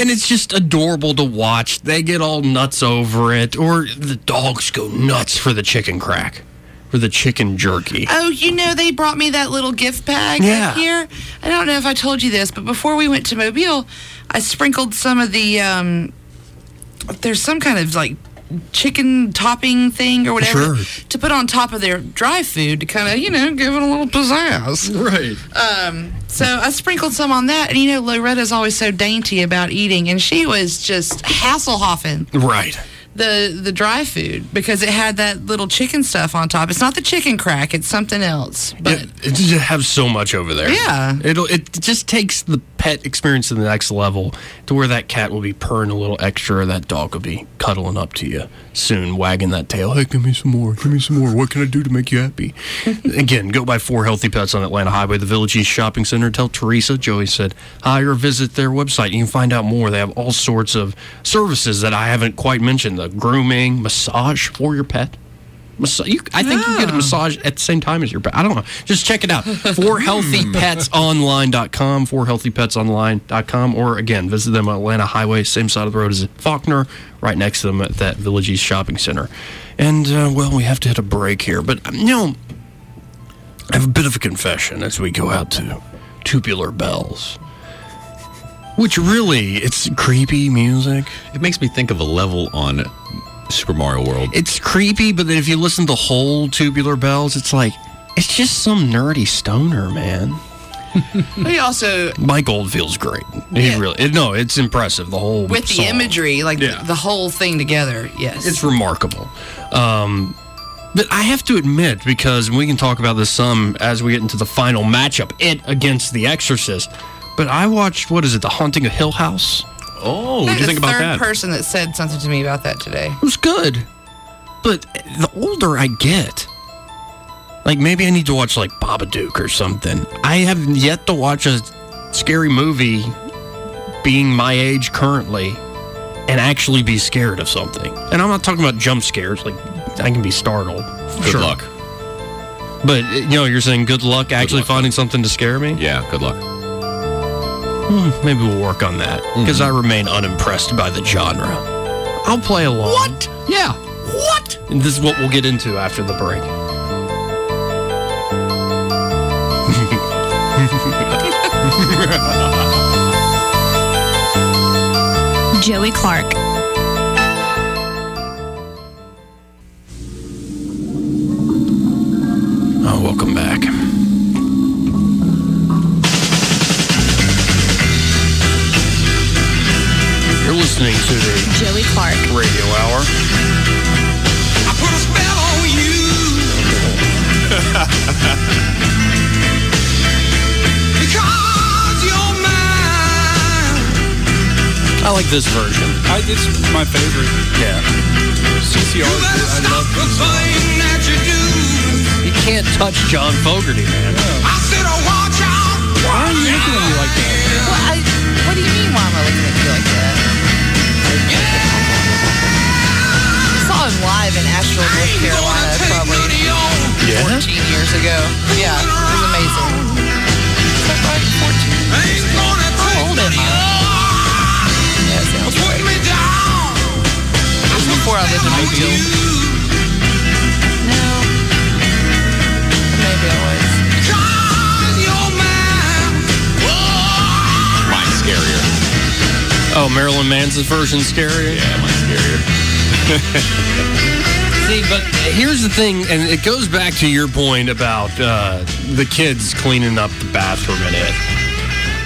S3: And it's just adorable to watch. They get all nuts over it, or the dogs go nuts for the chicken crack, for the chicken jerky.
S6: Oh, you know, they brought me that little gift bag up
S3: Yeah.
S6: here. I don't know if I told you this, but before we went to Mobile, I sprinkled some of the, um, there's some kind of like chicken topping thing or whatever
S3: Sure.
S6: to put on top of their dry food to kind of, you know, give it a little pizzazz.
S3: Right.
S6: Um, so I sprinkled some on that. And, you know, Loretta's always so dainty about eating, and she was just Hasselhoffing
S3: Right.
S6: the the dry food because it had that little chicken stuff on top. It's not the chicken crack; it's something else. But
S3: It- it just have so much over there.
S6: Yeah.
S3: It'll it just takes the pet experience to the next level to where that cat will be purring a little extra, that dog will be cuddling up to you soon, wagging that tail. Hey, give me some more. Give me some more. What can I do to make you happy? Again, go buy four healthy pets on Atlanta Highway, the Village East Shopping Center. Tell Teresa, Joey said, hi, or visit their website. You can find out more. They have all sorts of services that I haven't quite mentioned. The grooming, massage for your pet. Massa- you, I think you get a massage at the same time as your pet. I don't know. Just check it out. ForHealthyPetsOnline.com, ForHealthyPetsOnline.com, or again, visit them on Atlanta Highway, same side of the road as Faulkner, right next to them at that Village East Shopping Center. And, uh, well, we have to hit a break here, but, um, you know, I have a bit of a confession as we go out to Tubular Bells. Which really, it's creepy music.
S7: It makes me think of a level on Super Mario World.
S3: It's creepy, but then if you listen to the whole Tubular Bells, it's like it's just some nerdy stoner, man.
S6: we also
S3: Mike Oldfield's great. He
S6: Yeah.
S3: really it- no, it's impressive. The whole
S6: with the
S3: song.
S6: imagery, like
S3: Yeah.
S6: the, the whole thing together. Yes,
S3: it's remarkable. Um, but I have to admit, because we can talk about this some as we get into the final matchup, it against The Exorcist. But I watched what is it, The Haunting of Hill House?
S7: Oh,
S6: I
S7: what do
S6: think
S7: you think
S6: the
S7: about
S6: third
S7: that?
S6: person that said something to me about that today.
S3: It was good. But the older I get, like maybe I need to watch like Babadook or something. I have yet to watch a scary movie being my age currently and actually be scared of something. And I'm not talking about jump scares, like I can be startled.
S7: good luck.
S3: But you know, you're saying good luck actually finding something to scare me?
S7: Yeah, good luck.
S3: Hmm, maybe we'll work on that because I remain unimpressed by the genre. I'll play along. What? Yeah. What? And this is what we'll get into after the break.
S1: Joey Clark.
S3: Oh, welcome back. You're listening to the
S1: Joey Clark.
S3: radio hour. I like this version.
S5: I, it's my favorite.
S3: Yeah.
S5: CCR. I love
S3: You can't touch John Fogerty, man.
S5: Why are you looking at me like that?
S6: Well, I, what do you mean? Why am I looking at you like that? I saw him live in Asheville, North Carolina, probably
S3: Yeah?
S6: 14 years ago. Yeah, it was amazing. Is that right? 14. How old am I? Yeah, it sounds right. It was before I lived in Mobile. No. Maybe I was.
S7: Mine's scarier.
S3: Oh, Marilyn Manson's version scary.
S7: Yeah, mine's scarier.
S3: See, but here's the thing, and it goes back to your point about uh, the kids cleaning up the bathroom and it.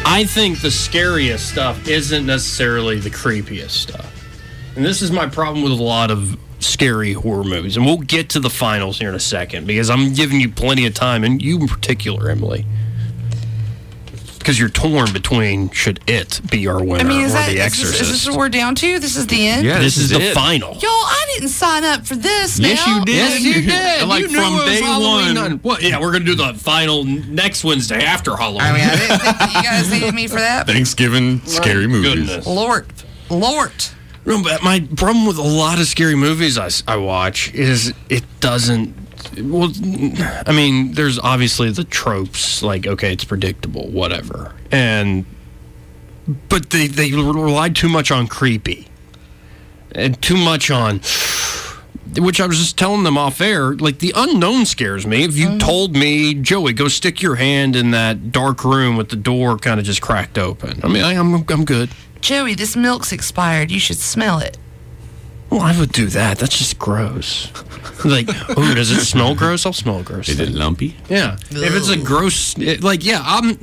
S3: I think the scariest stuff isn't necessarily the creepiest stuff. and this is my problem with a lot of scary horror movies, and we'll get to the finals here in a second because I'm giving you plenty of time, and you in particular, Emily, because you're torn between should it be our winner
S6: I mean, is
S3: or
S6: that
S3: The
S6: is
S3: Exorcist.
S6: this, is this what we're down to? This is the end.
S3: Yeah, this This is is the it. final.
S6: Y'all, I didn't sign up for this. now.
S3: Yes, you did.
S6: Like,
S3: you knew it
S6: from
S3: was
S6: day
S3: Halloween
S6: one.
S3: night. What? Yeah, we're gonna do the final n- next Wednesday after Halloween. I mean,
S6: you guys needed me for that.
S7: Thanksgiving scary movies.
S6: Lord, Lord.
S3: No, but my problem with a lot of scary movies I, s- I watch is it doesn't. Well, I mean, there's obviously the tropes, like okay, it's predictable, whatever, and but they they relied too much on creepy and too much on. Which I was just telling them off air, like the unknown scares me. If you told me, Joey, go stick your hand in that dark room with the door kind of just cracked open, I mean, I, I'm I'm good.
S6: Joey, this milk's expired. You should smell it.
S3: Well, I would do that. That's just gross. like, oh, does it smell gross? I'll smell gross. Is it
S14: lumpy?
S3: Yeah. If it's a gross, it, like, yeah, I'm.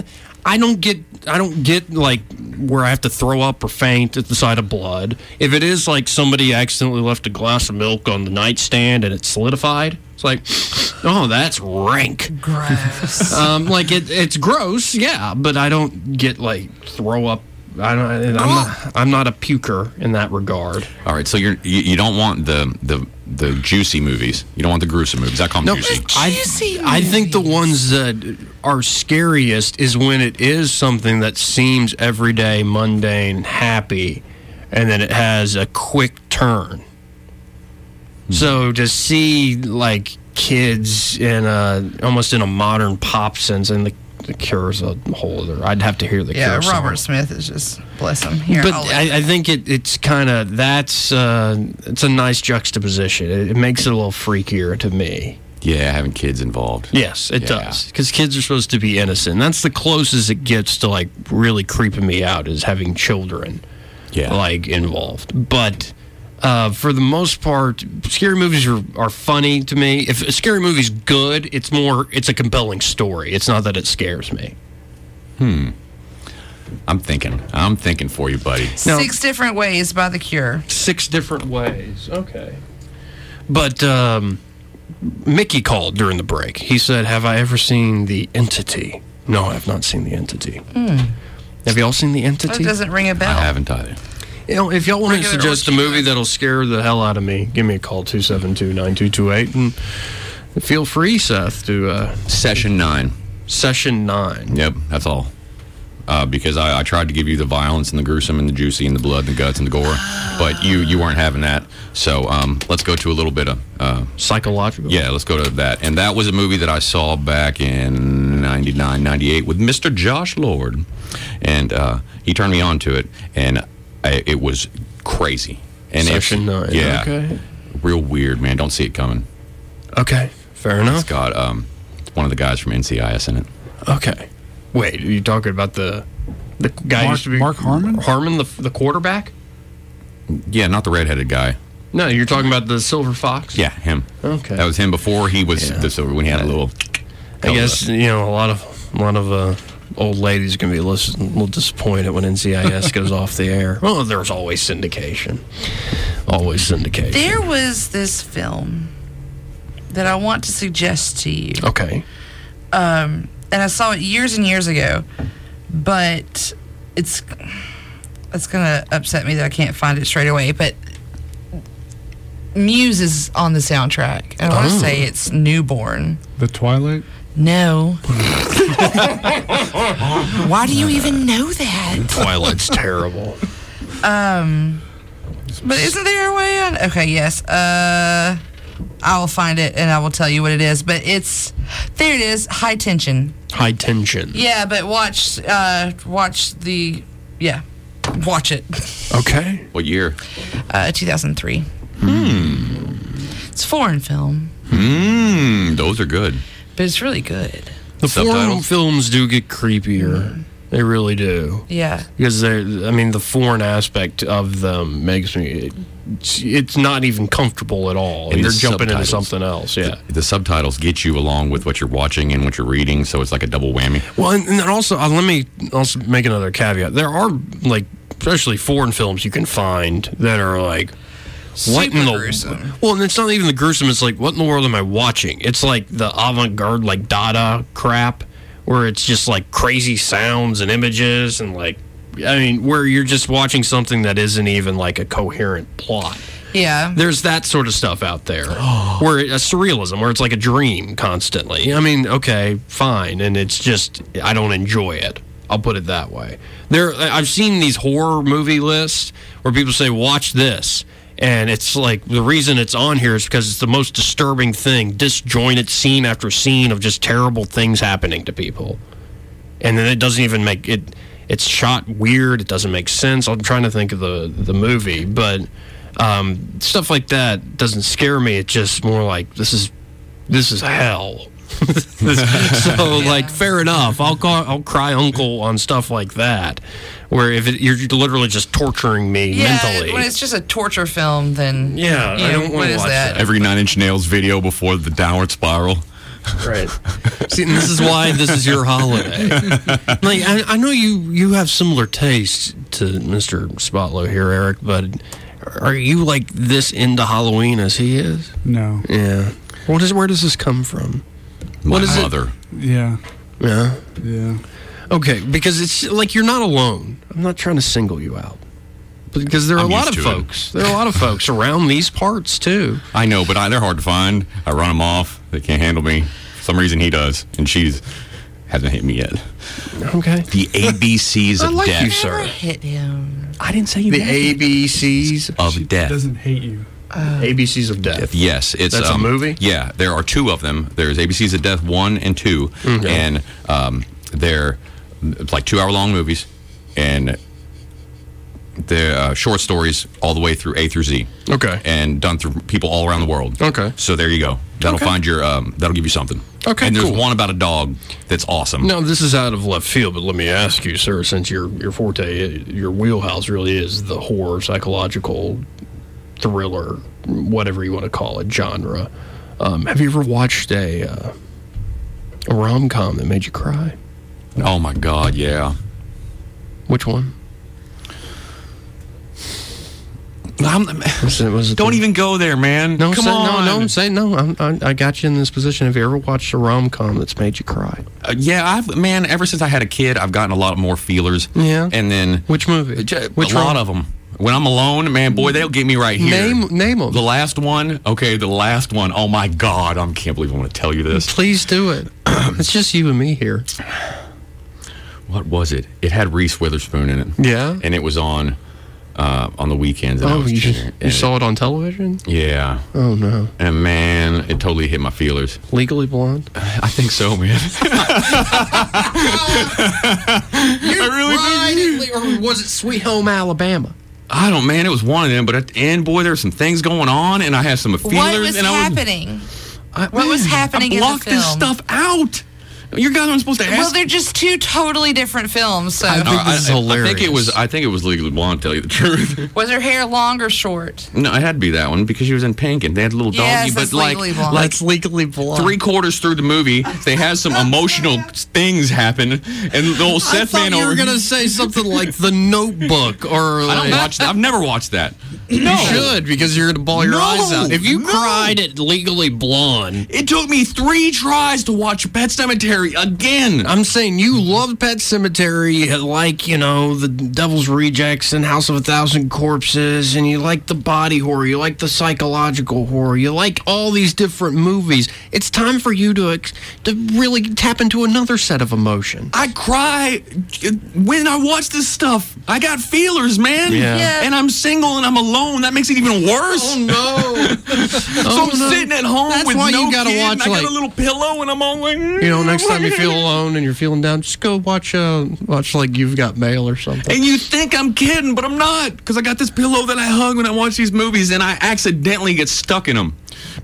S3: I don't get. I don't get like where I have to throw up or faint at the sight of blood. If it is like somebody accidentally left a glass of milk on the nightstand and it solidified, it's like, oh, that's rank. Gross. um, like it, it's gross, yeah, but I don't get like throw up. I don't. I'm not. I'm not a puker in that regard.
S7: All right, so you're, you you don't want the the the juicy movies. You don't want the gruesome movies. I call them juicy.
S3: I, I think the ones that are scariest is when it is something that seems everyday, mundane, happy, and then it has a quick turn.
S6: Hmm.
S3: So to see like kids in a almost in a modern pop sense, and the, the cure is a whole other. I'd have to hear the
S6: yeah,
S3: cure.
S6: Robert
S3: somewhere
S6: Smith is just bless him. Here,
S3: but
S6: I'll-
S3: I, I think it, it's kind of that's uh, it's a nice juxtaposition. It, it makes it a little freakier to me.
S7: Yeah, having kids involved.
S3: Yes, it does because kids are supposed to be innocent. That's the closest it gets to like really creeping me out is having children, yeah, like involved. But uh, for the most part, scary movies are, are funny to me. If a scary movie's good, it's more it's a compelling story. It's not that it scares me.
S7: Hmm. I'm thinking. I'm thinking for you, buddy.
S6: Six different ways by the cure.
S3: Six different ways. Okay. But um, Mickey called during the break. He said, "Have I ever seen the Entity?" No, I have not seen the Entity. Have y'all seen the Entity?
S6: That doesn't ring a bell.
S7: haven't either.
S3: You know, if y'all want to
S6: Regular
S3: suggest a movie that'll scare the hell out of me, give me a call 272-9228 and feel free, Seth, to uh,
S7: session nine.
S3: Session nine.
S7: Yep, that's all. Uh, because I, I tried to give you the violence and the gruesome and the juicy and the blood and the guts and the gore, but you you weren't having that. So um, let's go to a little bit of uh,
S3: psychological.
S7: Yeah, let's go to that. And that was a movie that I saw back in 99, 98 with Mr. Josh Lord, and uh, he turned me on to it, and I, it was crazy. And it's-
S3: Session nine.
S7: Yeah,
S3: Okay.
S7: real weird, man. Don't see it coming.
S3: Okay. Fair
S7: enough. It's got um, one of the guys from NCIS in it.
S3: Okay. Wait, are you talking about the the guy who
S7: Mark-
S3: used to be Mark Harmon? Harmon, the the quarterback?
S7: Yeah, not the redheaded guy.
S3: No, you're talking about the silver fox.
S7: Yeah, him.
S3: Okay.
S7: That was him before he was the silver when he had a little.
S3: I guess you know a lot of a lot of uh, old ladies are gonna be listen, a little disappointed when NCIS goes off the air. Well, there's always syndication, always syndication.
S6: There was this film that I want to suggest to you.
S3: Okay.
S6: Um, and I saw it years and years ago, but it's it's gonna upset me that I can't find it straight away. But Muse is on the soundtrack, and I want to
S5: Oh.
S6: say it's Newborn.
S5: The Twilight.
S6: No. Why do you even know that?
S3: Twilight's terrible.
S6: Um, but isn't there a way on? Okay, yes. Uh, I will find it and I will tell you what it is. But it's there. It is high tension.
S3: High tension.
S6: Yeah, but watch, uh, watch the, yeah, watch it.
S3: Okay.
S7: What year?
S6: Uh, 2003.
S7: Hmm.
S6: It's a foreign film,
S7: Hmm. Those are good.
S6: but it's really good.
S3: The foreign films do get creepier. They really do.
S6: Yeah.
S3: Because they're, I mean, the foreign aspect of them makes me, it's, it's not even comfortable at all.
S7: And
S3: You're
S7: the
S3: jumping into
S7: subtitles.
S3: something else. Yeah.
S7: The subtitles get you along with what you're watching and what you're reading, so it's like a double whammy.
S3: Well, and, and then also, uh, let me also make another caveat. There are like especially foreign films you can find that are like what
S6: Super
S3: in the
S6: gruesome.
S3: well, and it's not even the gruesome. It's like what in the world am I watching? It's like the avant-garde like Dada crap, where it's just like crazy sounds and images and like. I mean, where you're just watching something that isn't even like a coherent plot.
S6: Yeah.
S3: There's that sort of stuff out there where it, uh, surrealism, where it's like a dream constantly. I mean, okay, fine, and it's just I don't enjoy it. I'll put it that way. There, I- I've seen these horror movie lists where people say watch this, and it's like the reason it's on here is because it's the most disturbing thing, disjointed scene after scene of just terrible things happening to people, and then it doesn't even make it. It's shot weird. It doesn't make sense. I'm trying to think of the the movie, but um, stuff like that doesn't scare me. It's just more like this is this is hell. This- so like fair enough. I'll call, I'll cry uncle on stuff like that, where if it, you're literally just torturing me
S6: Yeah,
S3: mentally.
S6: when it's just a torture film, then
S3: Yeah, I
S6: you know,
S3: don't wanna
S6: what is
S3: watch
S6: that?
S7: Every Nine Inch Nails video before the downward spiral.
S3: Right. See, and this is why this is your holiday. like, I, I know you you have similar tastes to Mr. Spotlow here, Eric, but are you like this into Halloween as he is?
S15: No.
S3: Yeah. What is where does this come from?
S7: My
S3: What is it?
S7: mother.
S15: Yeah.
S3: Yeah.
S15: Yeah.
S3: Okay, because it's like you're not alone. I'm not trying to single you out. Because there are
S7: I'm
S3: a lot
S7: used
S3: of
S7: to it.
S3: folks. There are a lot of folks around these parts too.
S7: I know, but I, they're hard to find. I run them off. They can't handle me. For some reason, he does, and she's hasn't hit me yet.
S3: Okay.
S7: The ABCs
S3: I
S7: of
S3: like
S7: death.
S3: you, sir.
S6: Hit him.
S3: I didn't say you The ABCs
S7: Of death.
S15: Doesn't hate you.
S3: ABCs of death.
S7: Yes, it's
S3: That's a
S7: um,
S3: movie?
S7: Yeah, there are two of them. There's ABCs of Death one and 2 and um, they're it's like two hour long movies, and they're uh, short stories all the way through A through Z.
S3: Okay.
S7: and done through people all around the world.
S3: Okay.
S7: so there you go. That'll
S3: Okay.
S7: find your. Um, that'll give you something.
S3: Okay,
S7: and there's
S3: cool.
S7: one about a dog that's awesome.
S3: Now this is out of left field, but let me ask you, sir, since your your forte, your wheelhouse really is the horror, psychological, thriller, whatever you want to call it, genre. Um, have you ever watched a uh, a rom com that made you cry?
S7: Oh my God! Yeah.
S3: Which one?
S7: I'm-
S3: Was it- was it
S7: don't
S3: the-
S7: even go there, man.
S3: No,
S7: come
S3: say,
S7: on.
S3: no, no. I'm saying no. I'm, I, I got you in this position. Have you ever watched a rom com that's made you cry?
S7: Uh, yeah, I've man. Ever since I had a kid, I've gotten a lot more feelers.
S3: Yeah.
S7: and then
S3: Which movie?
S7: J-
S3: Which
S7: a lot
S3: rom-
S7: of them. When I'm alone, man, boy, they'll get me right here.
S3: Name name 'em.
S7: the last one. Okay, the last one. Oh my God! I can't believe I'm going to tell you this.
S3: Please do it. it's just you and me here.
S7: What was it? It had Reese Witherspoon in it.
S3: Yeah.
S7: and it was on uh, on the weekends. And I
S3: Oh,
S7: was
S3: you,
S7: just,
S3: just, you saw it on television?
S7: Yeah,
S3: Oh no,
S7: and man, it totally hit my feelers.
S3: Legally Blonde.
S7: I think so, man.
S3: Right, or was it Sweet Home Alabama?
S7: I don't, man. It was one of them, but at the end, boy, there were some things going on, and I had some feelers.
S6: What was
S7: and I
S6: happening?
S7: I-
S6: What was
S7: man,
S6: happening
S7: I
S6: in the
S7: blocked this
S6: film?
S7: stuff out. You guys aren't supposed to ask.
S6: Well, they're just two totally different films. So,
S3: I think this is hilarious.
S7: I think it was. I think it was Legally Blonde. To tell you the truth,
S6: was her hair long or short?
S7: no, it had to be that one because she was in pink and they had a little doggy.
S6: Yes,
S7: but
S6: that's
S7: like,
S6: Legally Blonde.
S7: like
S3: That's Legally Blonde.
S7: three quarters through the movie, they had some emotional things happen, and the old
S3: I
S7: Seth
S3: thought
S7: man
S3: you
S7: over.
S3: were gonna say something like The Notebook or
S7: I don't
S3: like,
S7: watch that. I've never watched that.
S3: You should because you're gonna ball your
S7: No,
S3: eyes out if you
S7: no.
S3: cried at Legally Blonde.
S7: It took me three tries to watch Pet Cemetery again.
S3: I'm saying you love Pet Cemetery, like you know the Devil's Rejects and House of a Thousand Corpses, and you like the body horror, you like the psychological horror, you like all these different movies. It's time for you to ex- to really tap into another set of emotion.
S7: I cry when I watch this stuff. I got feelers, man.
S3: Yeah. Yeah.
S7: And I'm single and I'm alone. That makes it even worse.
S3: no! Oh,
S7: so I'm sitting at home
S3: That's
S7: with
S3: why
S7: no
S3: you gotta
S7: kid,
S3: watch,
S7: and I got
S3: like-
S7: a little pillow, and I'm all like,
S3: You know, next time you feel alone and you're feeling down, just go watch uh watch like you've got mail or something.
S7: And you think I'm kidding, but I'm not, because I got this pillow that I hug when I watch these movies, and I accidentally get stuck in them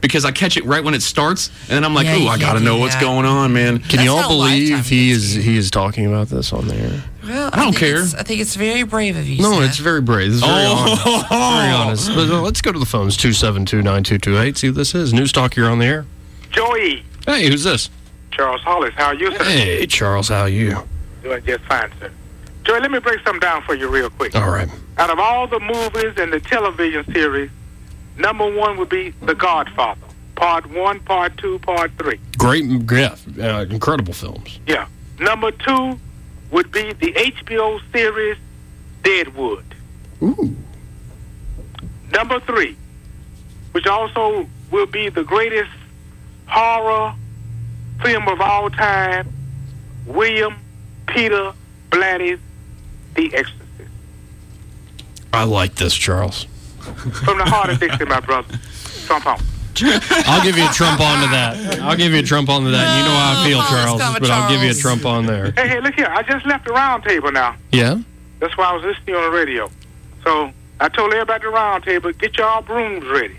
S7: because I catch it right when it starts, and then I'm like,
S6: Yeah,
S7: "Ooh,
S6: you
S7: I
S6: can't
S7: gotta
S6: do
S7: know what's
S6: that.
S7: going on, man."
S3: Can
S6: That's
S3: you all
S6: not a lifetime
S3: believe he is he is talking about this on the air?
S6: Well,
S7: I don't
S6: think it's-
S7: care.
S6: I think it's very brave of you.
S3: No,
S6: Seth.
S3: it's very brave. It's very honest. Very honest. But uh, let's go to the phones 272-9228. See who this is. News Talk, you're on the air.
S5: Joey,
S3: Hey, who's this?
S5: Charles Hollis, how are you, sir?
S3: Hey, Charles, how are you?
S5: Doing just fine, sir.
S16: Joey, let me break something down for you real quick.
S3: All right.
S16: Out of all the movies and the television series, number one would be The Godfather, part one, part two, part three.
S3: Great, yeah, uh, incredible films.
S16: Yeah. Number two would be the HBO series Deadwood.
S3: Ooh.
S16: Number three, which also will be the greatest horror film of all time, William Peter Blatty's The Exorcist.
S3: I like this, Charles.
S16: From the heart of Dixie, my brother. Trump on.
S3: I'll give you a trump onto that. I'll give you a trump onto that. you know how I feel, Charles, but I'll give you a trump on there.
S16: Hey, hey, look here. I just left the round table now.
S3: Yeah.
S16: That's why I was listening on the radio. So I told everybody at the round table, get y'all brooms ready.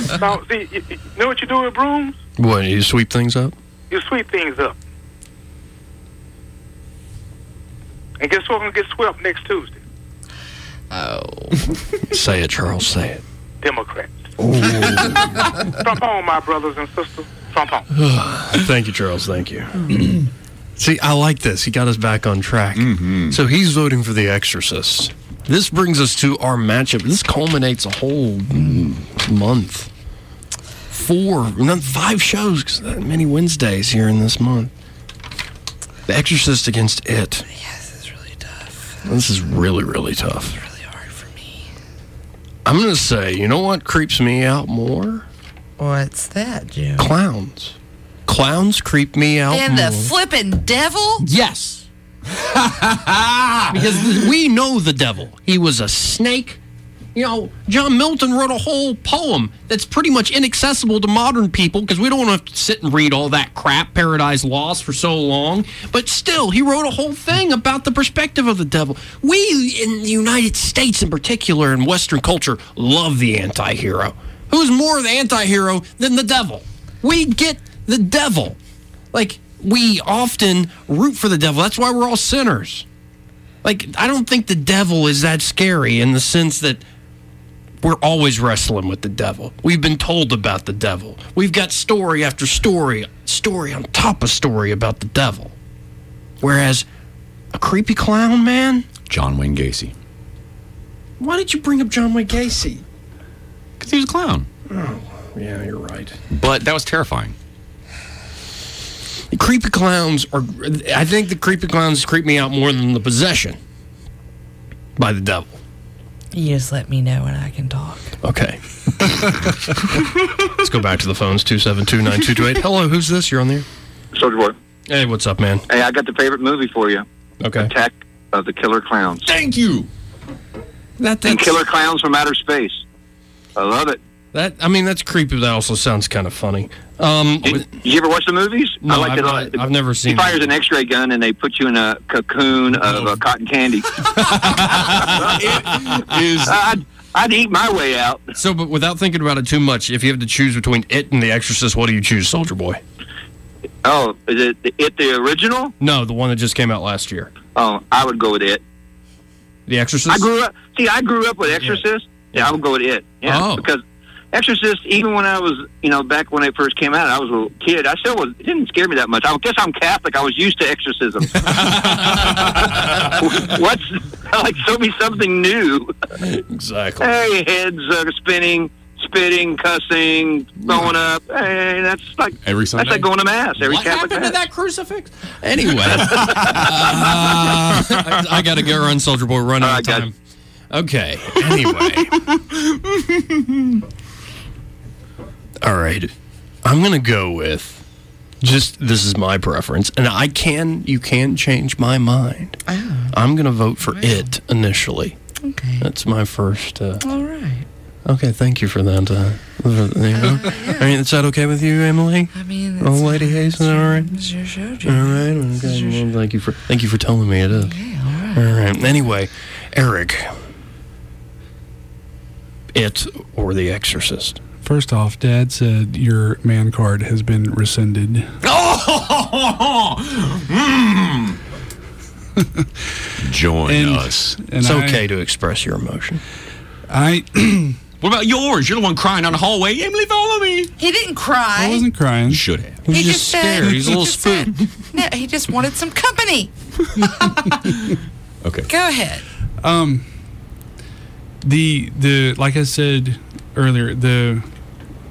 S16: so, see, you, you know what you do with brooms?
S3: What you sweep things up?
S16: You sweep things up. And guess what? We're going to get swept next Tuesday.
S6: Oh.
S3: say it, Charles. Say it.
S16: Democrats.
S3: Ooh.
S16: Trump on, my brothers and sisters. Trump on.
S3: Thank you, Charles. Thank you. See, I like this. He got us back on track. So he's voting for The Exorcist. This brings us to our matchup. This culminates a whole month. Four, no, five shows, 'cause that many Wednesdays here in this month. The Exorcist against It.
S6: Yes, it's really tough.
S3: This is really, really tough. It's really hard for me. I'm going to say, you know what creeps me out more?
S6: What's that, Jim?
S3: Clowns. Clowns creep me out
S6: And the
S3: more.
S6: flippin' devil?
S3: Yes. because we know the devil. He was a snake. You know, John Milton wrote a whole poem that's pretty much inaccessible to modern people because we don't want to sit and read all that crap, Paradise Lost, for so long. But still, he wrote a whole thing about the perspective of the devil. We in the United States, in particular, in Western culture, love the anti hero. Who's more the anti hero than the devil? We get the devil. Like, we often root for the devil. That's why we're all sinners. Like, I don't think the devil is that scary in the sense that we're always wrestling with the devil. We've been told about the devil. We've got story after story, story on top of story about the devil. Whereas a creepy clown, man,
S7: John Wayne Gacy.
S3: why did you bring up John Wayne Gacy?
S7: Because he was a clown.
S3: Oh, yeah, you're right.
S7: But that was terrifying.
S3: The creepy clowns are. I think the creepy clowns creep me out more than the possession by the devil.
S6: You just let me know when I can talk.
S3: Okay. Let's go back to the phones 272 9228. Hello, who's this? You're on there.
S5: Soldier Boy.
S3: Hey, what's up, man?
S5: Hey, I got the favorite movie for you.
S3: Okay.
S5: Attack of the Killer Clowns.
S3: Thank you. That
S5: and Killer Clowns from Outer Space. I love it.
S3: That I mean, that's creepy. But that also sounds kind of funny. Um,
S5: Did, did you ever watch the movies?
S3: No,
S5: I like
S3: I've
S5: it a
S3: not-
S5: lot.
S3: I've never seen Oh.
S5: He fires an X-ray gun and they put you in a cocoon of uh, cotton candy. I'd, I'd eat my way out.
S3: so, but without thinking about it too much, if you have to choose between it and The Exorcist, what do you choose, Soldier Boy?
S5: Oh, is it the, it the original?
S3: No, the one that just came out last year,
S5: Oh, I would go with it.
S3: The Exorcist.
S5: I grew up. See, I grew up with Exorcist. Yeah, I would go with it. Yeah,
S3: Oh.
S5: because Exorcist. Even when I was, you know, back when it first came out, I was a little kid. I still was. It didn't scare me that much. I guess I'm Catholic. I was used to exorcism. What's like? Show me something new.
S3: Exactly.
S5: Hey, heads uh, spinning, spitting, cussing, throwing up. Hey, that's like
S7: Every Sunday.
S5: That's like going to mass every
S3: what
S5: Catholic.
S3: happened to
S5: mass.
S3: that crucifix? Anyway, Uh, I, I gotta go run, Soldier Boy. Run out of time. Okay. Anyway. All right. I'm going to go with just this is my preference and I can you can change my mind. I'm going to vote for it initially. Oh, Okay. That's my first uh,
S6: All right.
S3: Okay, thank you for that. Uh, for- you know. I mean, is that okay with you, Emily? I
S6: mean,
S3: old lady Hayes, is that all right?
S6: It's your show,
S3: All right. Okay. Well, thank you for thank you for telling me it is. all right. All right. Anyway, Eric, it or The Exorcist?
S17: First off, Dad said your man card has been rescinded.
S7: Oh! Join
S17: And-
S7: us.
S17: and It's I- okay
S3: to express your emotion.
S17: I
S18: What about yours? You're the one crying down the hallway. Emily, follow me.
S6: He didn't cry.
S5: I wasn't crying. You
S18: should have.
S6: He, just, said,
S3: scared. He's a
S6: he
S3: little
S6: just said- no, he just wanted some company.
S18: okay.
S6: Go ahead.
S5: Um, the the like I said earlier, the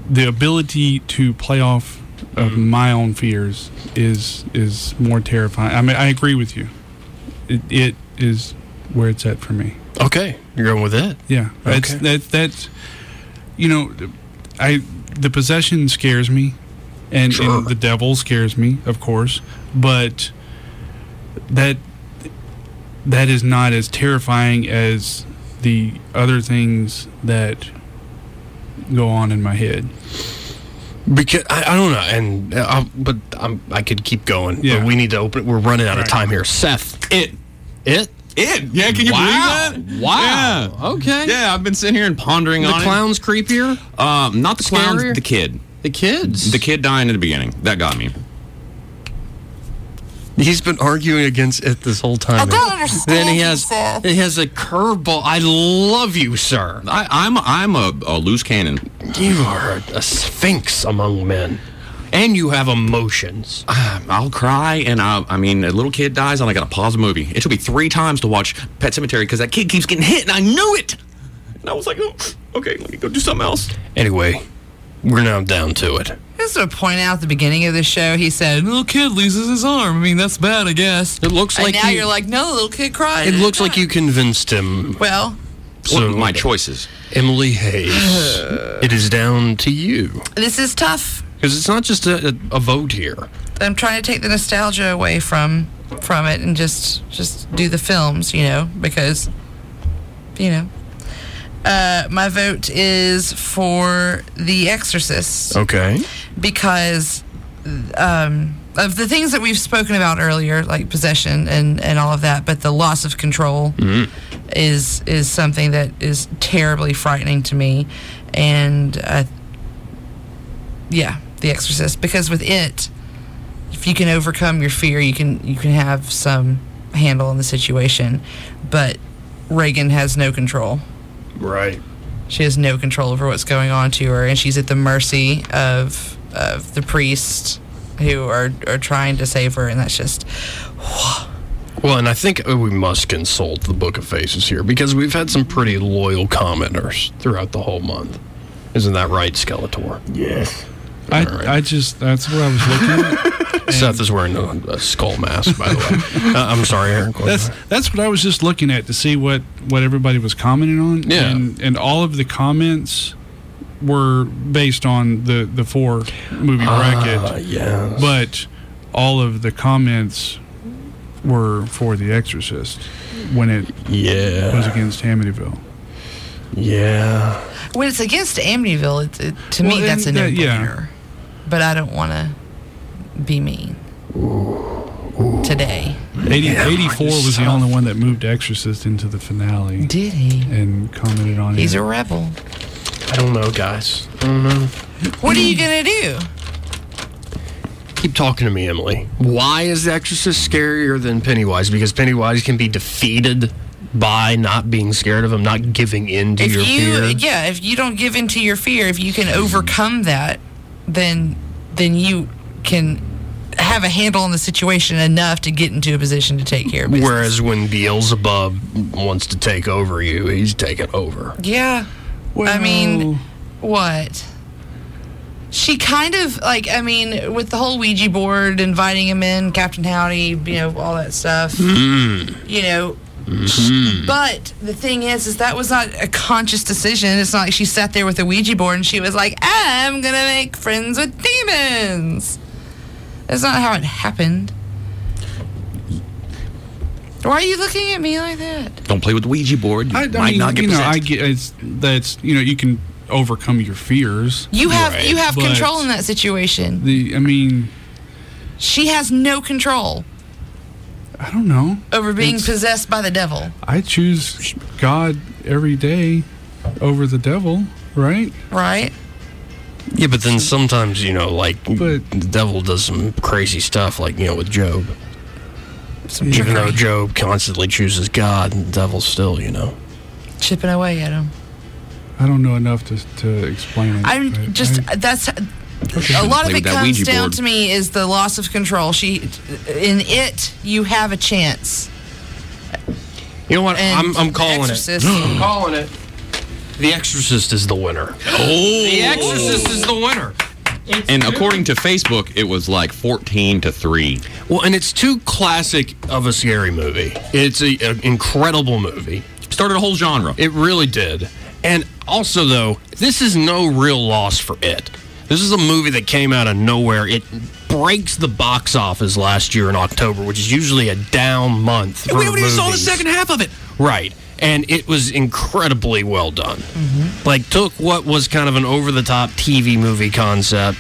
S5: the ability to play off of my own fears is is more terrifying. I mean, I agree with you. It, it is where it's at for me.
S3: Okay, you're going with that.
S5: Yeah, that's
S3: Okay.
S5: that that's you know, I the possession scares me, and, and the devil scares me, of course, but that that is not as terrifying as the other things that go on in my head.
S3: Because I, I don't know, and uh, I, but I'm, I could keep going.
S5: Yeah.
S3: But we need to open. We're running out of
S5: Right.
S3: time here. Seth, it, it,
S18: It. Yeah, can you
S3: Wow.
S18: believe that?
S3: Wow.
S18: Yeah.
S3: Okay.
S18: Yeah, I've been sitting here and pondering
S3: the
S18: on
S3: clown's creepier.
S18: it. Um, not the clown,
S3: Scarier?
S18: the kid.
S3: The kids.
S18: The kid dying at the beginning. That got me.
S3: He's been arguing against it this whole time.
S6: don't understand
S3: Then he has
S6: myself.
S3: he has a curveball. I love you, sir.
S18: I, I'm I'm a, a loose cannon.
S3: You are a, a sphinx among men, and you have emotions.
S18: I'll cry, and I, I mean, a little kid dies, and I gotta pause the movie. It took me three times to watch Pet Cemetery because that kid keeps getting hit, and I knew it. And I was like, oh, okay, let me go do something else.
S3: Anyway, we're now down to it.
S6: I just want to point out at the beginning of the show, he said, "Little kid loses his arm. I mean, that's bad, I guess."
S3: It looks
S6: and
S3: like
S6: now
S3: you-
S6: are like, "No, the little kid cried."
S3: It looks like you convinced him.
S6: Well,
S18: So my choices.
S3: Emily Hayes, it is down to you
S6: this is tough.
S3: because it's not just a, a, a vote here.
S6: I'm trying to take the nostalgia away from from it and just just do the films, you know, because you know. Uh, my vote is for The Exorcist.
S3: Okay.
S6: because um, of the things that we've spoken about earlier, like possession and, and all of that, but the loss of control is is something that is terribly frightening to me, and uh, yeah, The Exorcist, because with it, if you can overcome your fear, you can you can have some handle on the situation, but Reagan has no control.
S3: Right.
S6: She has no control over what's going on to her, and she's at the mercy of of the priests who are are trying to save her, and that's just
S3: Well, and I think we must consult the Book of Faces here because we've had some pretty loyal commenters throughout the whole month. Isn't that right, Skeletor? Yes.
S5: I
S3: All right.
S5: I just that's what I was looking at. and
S3: Seth is wearing a, a skull mask, by the way. uh, I'm sorry, Aaron. go
S5: That's
S3: ahead.
S5: that's what I was just looking at to see what what everybody was commenting on.
S3: Yeah.
S5: and, and all of the comments were based on the the four movie
S3: Ah,
S5: bracket,
S3: yes.
S5: but all of the comments were for The Exorcist when it
S3: Yeah.
S5: was against Amityville.
S3: yeah.
S6: when it's against Amityville. It, it, to
S5: Well,
S6: me, that's a
S5: and
S6: no
S5: that- yeah.
S6: brainer. But I don't want to be mean today.
S5: 80, 84 was the
S3: yourself.
S5: only one that moved Exorcist into the finale
S6: Did he?
S5: and commented on
S6: He's
S5: it.
S6: a rebel.
S3: I don't know, guys.
S6: What are you
S5: Mm.
S6: gonna do?
S3: Keep talking to me, Emily. Why is The Exorcist scarier than Pennywise? Because Pennywise can be defeated by not being scared of him, not giving in to
S6: if
S3: your
S6: you,
S3: fear.
S6: yeah, if you don't give in to your fear, if you can overcome that, then then you can have a handle on the situation enough to get into a position to take care of business.
S3: Whereas when Beelzebub wants to take over you, he's taking over.
S6: Yeah. I mean, what? She kind of like I mean, with the whole Ouija board, inviting him in, Captain Howdy, you know, all that stuff. You know. But the thing is, is that was not a conscious decision. It's not like she sat there with a Ouija board and she was like, "I'm gonna make friends with demons." That's not how it happened. Why are you looking at me like that?
S18: Don't play with the Ouija board. You
S5: I, I
S18: might
S5: mean,
S18: not get
S5: you know,
S18: possessed.
S5: I get it's that's you know you can overcome your fears.
S6: You have you have
S5: But-
S6: control in that situation.
S5: The I mean,
S6: She has no control
S5: I don't know.
S6: over being
S5: It's-
S6: possessed by the devil,
S5: I choose God every day over the devil, right?
S6: right?
S3: Yeah, but then sometimes, you know, like
S5: But-
S3: the devil does some crazy stuff, like, you know, with Job.
S6: Some
S3: Even though
S6: trickery
S3: Job constantly chooses God, the devil still, you know.
S6: chipping away at him.
S5: I don't know enough to, to explain it.
S6: I'm
S5: but
S6: just
S5: I-
S6: that's
S5: Okay.
S6: a lot of
S5: Maybe
S6: it
S5: that
S6: comes
S5: Ouija
S6: down
S5: board.
S6: to me is the loss of control. She in it you have a chance.
S3: You know what?
S6: And
S3: I'm, I'm
S6: The
S3: calling
S6: Exorcist.
S3: it. I'm calling it. The Exorcist is the winner. Oh, The Exorcist is the winner.
S18: And according to Facebook, it was like 14 to 3.
S3: Well, and it's too classic of a scary movie. It's a, an incredible movie.
S18: Started a whole genre.
S3: It really did. And also, though, this is no real loss for it. This is a movie that came out of nowhere. It breaks the box office last year in October, which is usually a down month.
S7: And we
S3: for
S7: haven't even saw the
S3: movies.
S7: second half of it.
S3: Right. And it was incredibly well done. Like, took what was kind of an over the top TV movie concept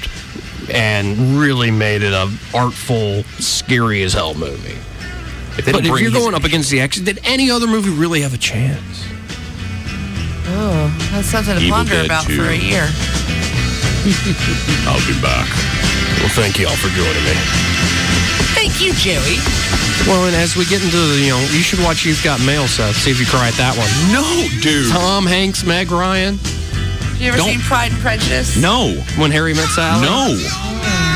S3: and really made it a artful, scary as hell movie.
S7: they don't
S3: but if
S7: bring
S3: you're
S7: his-
S3: going up against the action, did any other movie really have a chance?
S6: Oh, that's something to
S3: Evil
S6: ponder
S3: Dead
S6: about
S3: 2.
S6: for a year.
S3: I'll be back. Well, thank you all for joining me.
S6: Thank you, Joey.
S3: Well, and as we get into the, you know, you should watch You've Got Mail, Seth. See if you cry at that one.
S18: No, dude.
S3: Tom Hanks, Meg Ryan.
S6: You ever
S3: Don't-
S6: seen Pride and Prejudice?
S18: No.
S3: When Harry Met Sally?
S18: No.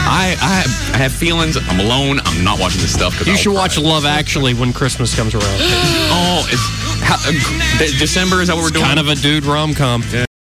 S18: I, I, have, I have feelings. I'm alone. I'm not watching this stuff. 'cause
S3: You
S18: I'll
S3: should
S18: cry.
S3: watch Love Actually when Christmas comes around.
S18: Oh, it's how, uh, De- December is that what we're doing?
S3: Kind of a dude rom com.